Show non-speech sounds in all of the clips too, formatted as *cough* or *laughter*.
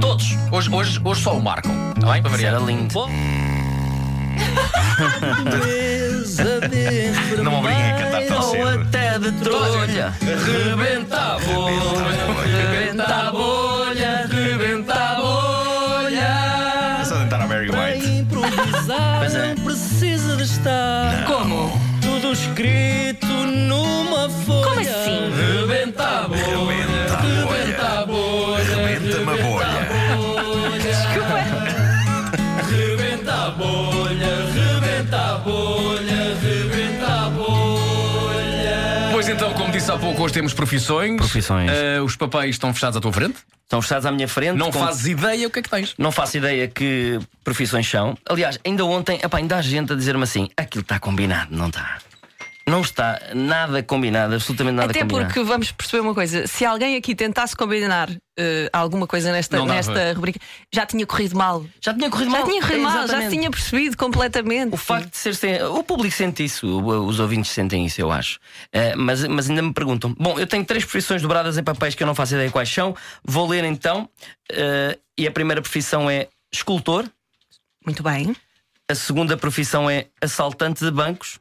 todos. Hoje, hoje, hoje só o marcam. Tá Está bem? Para variar. Era lindo. Bom, Não Não me obriguem a cantar tão Ou cedo. até de trolha. Rebenta a bolha, rebenta a bolha, rebenta a É bolha. só tentar a Mary White. Pois Improvisar é. não precisa de estar Como? tudo escrito numa folha. Como assim? Rebenta a bolha, rebenta Rebenta a bolha. a bolha, Rebenta-me a bolha. rebenta a bolha, rebenta a bolha, rebenta a bolha. pois então, como disse há pouco, hoje temos profissões. Profissões. Ah, os papéis estão fechados à tua frente. Estão fechados à minha frente. Não com- fazes ideia o que é que tens. Não faço ideia que profissões são. Aliás, ainda ontem, epá, ainda há gente a dizer-me assim: aquilo está combinado, não está? Não está nada combinado, absolutamente nada Até combinado. porque vamos perceber uma coisa: se alguém aqui tentasse combinar eh, alguma coisa nesta, Não dava. nesta rubrica, já tinha corrido mal. Já tinha corrido Já mal. tinha corrido mal, já Exatamente. se tinha percebido completamente. O facto de ser. sem- O público sente isso, o- os ouvintes sentem isso, eu acho. Eh, mas, mas ainda me perguntam. Bom, eu tenho três profissões dobradas em papéis que eu não faço ideia quais são. Vou ler então. eh, e a primeira profissão é escultor, Muito bem. a segunda profissão é assaltante de bancos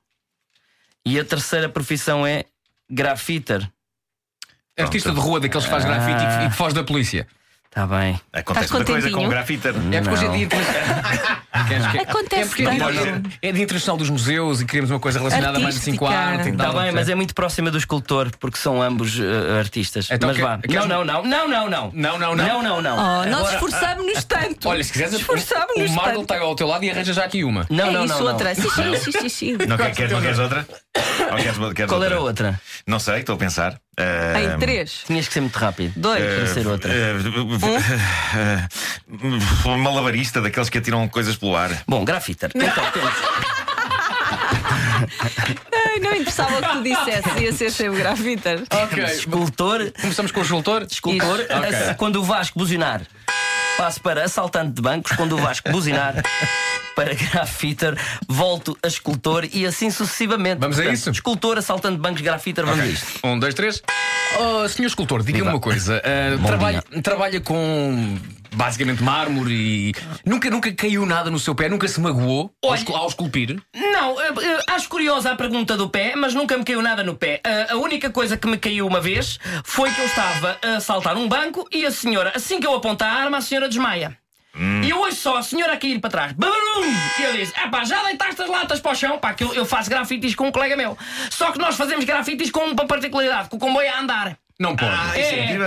e a terceira profissão é grafiter. Artista de rua daqueles que faz grafite e que- Ah. e que foge da polícia. Está Tá bem. Acontece Estás muita coisa com contentinho? o grafiter. É porque hoje é Não. dia de... *laughs* Queres que- Acontece é porque é dia- tanto. é dia internacional dos museus e queremos uma coisa relacionada a mais de 5 Artística. anos. Está bem, mas é muito próxima do escultor, porque são ambos eh, artistas. Então mas que- vá. queres- Não, não, não, não, não, não. Não, não, não. Não, não, não. Oh, nós Agora- esforçámos-nos tanto. Olha, se quiseres, o, tá- esforçámos-nos o Marvel tanto. está ao teu lado e arranja já aqui uma. Não, é não, isso, não, não. outra. Xixi, xixi, xixi. Não quer- queres, não queres outra? Ou queres, queres Qual era a outra? Não sei, estou a pensar. Eh, Ah, Em três. Tinhas que ser muito rápido. Dois. É, Tinha que ser outra. ah, ah, malabarista daqueles que atiram coisas pelo ar. Bom, grafiter. Então, temos. Ai, não interessava o que tu dissesse, ia ser sempre grafiter. *laughs* Ok, escultor, começamos com o escultor. escultor. Isso. ass- Ok. Quando o Vasco buzinar, passo para assaltante de bancos. Quando o Vasco *laughs* buzinar, para grafiter, volto a escultor e assim sucessivamente. Vamos a Portanto, isso? Escultor, assaltante de bancos, grafiter, vamos a isto. Um, dois, três. Oh, senhor escultor, diga-me Viva. uma *laughs* coisa. Ah, Bom trabalha, trabalha com basicamente mármore e. Nunca, nunca caiu nada no seu pé, nunca se magoou ao, Olha- escul- ao esculpir. Não, eu- eu acho curiosa a pergunta do pé, mas nunca me caiu nada no pé. A- A única coisa que me caiu uma vez foi que eu estava a assaltar um banco e a senhora, assim que eu aponto a arma, a senhora desmaia. E eu ouço só a senhora a cair para trás. Bum! E eu disse: pá, já deitaste as latas para o chão? Pá, que eu, eu faço grafitis com um colega meu. Só que nós fazemos grafitis com uma particularidade, com o comboio é a andar. Não pode. É, Ah,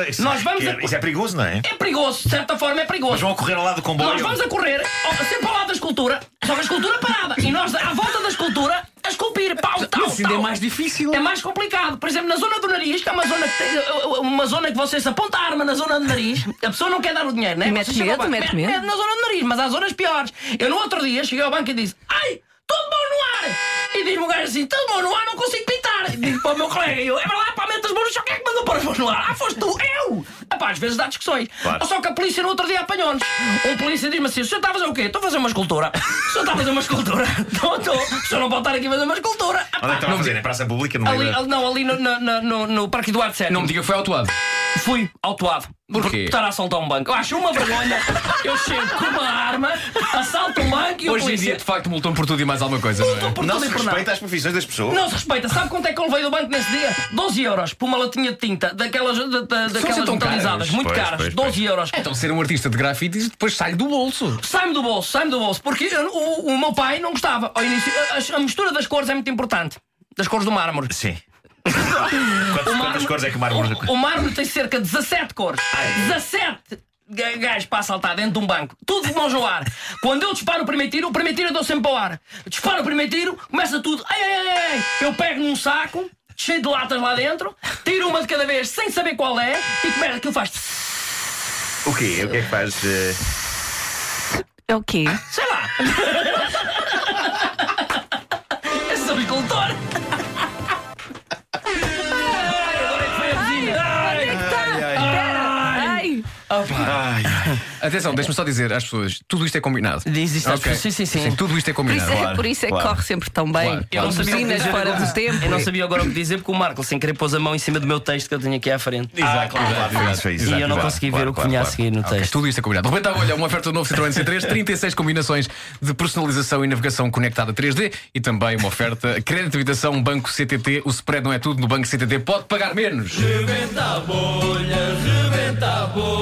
Isso- isso- nós vamos a- Isso é perigoso, não é? É perigoso, de certa forma é perigoso. Mas vão correr ao lado do comboio. Nós vamos a correr, ó, sempre ao lado da escultura, só que a escultura parada. E nós, à volta da escultura, a esculpir. Pau, tal, Mas ainda é tal. mais difícil. É mais complicado. Por exemplo, na zona do nariz, que é uma zona que, tem, uh, uh, uma zona que você se aponta a arma na zona do nariz, a pessoa não quer dar o dinheiro, né? Você Mete chega ao medo, banco, mete medo. na zona do nariz, mas há zonas piores. Eu no outro dia cheguei ao banco e disse: Ai, tudo bom no ar! E diz-me o gajo assim: tudo bom no ar, não consigo pintar. E digo para o meu colega: eu, é para lá, para a mente das mãos, só quem é que mandou pôr as mãos no ar? Ah, foste tu, eu! Epá, às vezes dá discussões. Claro. Só que a polícia no outro dia apanhou-nos. Um polícia diz-me assim: o senhor está a fazer o quê? Estou a fazer uma escultura. *laughs* O senhor está a fazer uma escultura? *laughs* Estou, estou. O senhor não pode estar aqui a fazer uma escultura. Epá, Onde é que estão a fazer? Em praça pública, no meio Ali, da- ali- não, ali no, no, no, no, no Parque Eduardo Sérgio. Não me diga que foi autuado. Fui autuado. Por quê? estar a assaltar um banco. Eu acho uma vergonha. Eu chego com uma arma, assalto um banco e o Hoje em polícia... dia, de facto, multam por tudo e mais alguma coisa. Não é? por Não tudo se e por nada. respeita as profissões das pessoas. Não se respeita. Sabe quanto é que eu levei do banco nesse dia? 12 euros por uma latinha de tinta daquelas, da, da, daquelas assim tão metalizadas, caras? muito Pois, caras. pois, 12 euros. Então, ser um artista de grafite depois sai do bolso. Sai-me do bolso, sai-me do bolso, porque eu- o, o meu pai não gostava. Ao início, a, a mistura das cores é muito importante. Das cores do mármore. Sim. Quantas, quantas cores é que o mármore. O, o mármore tem cerca de 17 cores. 17 ga- gajos para assaltar dentro de um banco. Tudo de mãos no ar. Quando eu disparo o primeiro tiro, o primeiro tiro eu dou sempre para o ar. Disparo o primeiro tiro, começa tudo. Ai, ai, ai, ai. Eu pego num saco, cheio de latas lá dentro, tiro uma de cada vez sem saber qual é e começa aquilo faz. tss, O quê? O que é que faz? eh, É o quê? Sei lá. Eu sou agricultor. Tá. Ai, agora é que foi a vizinha. Ai. tá? Ai! Ai, Atenção, deixa-me só dizer às pessoas: tudo isto é combinado. Diz isto às Ok. pessoas, sim, sim, sim. Tudo isto é Por isso, combinado. é, Claro, por isso é que claro. corre sempre tão bem. Claro, claro. sabia o que Buzinas dizer fora agora. do tempo. Eu não sabia agora o que dizer porque o Marco, sem querer, pôs a mão em cima do meu texto que eu tenho aqui à frente. Exato, claro, claro, foi isso. e eu não Claro, consegui claro, ver o que claro, vinha claro. Ah, a seguir no Ok, texto. Tudo isto é combinado. Rebenta a olha, uma oferta do novo Citroën C3, 36 combinações de personalização e navegação conectada 3D e também uma oferta crédito de habitação Banco CTT. O spread não é tudo no Banco CTT, pode pagar menos. Rebenta a bolha, rebenta a bolha.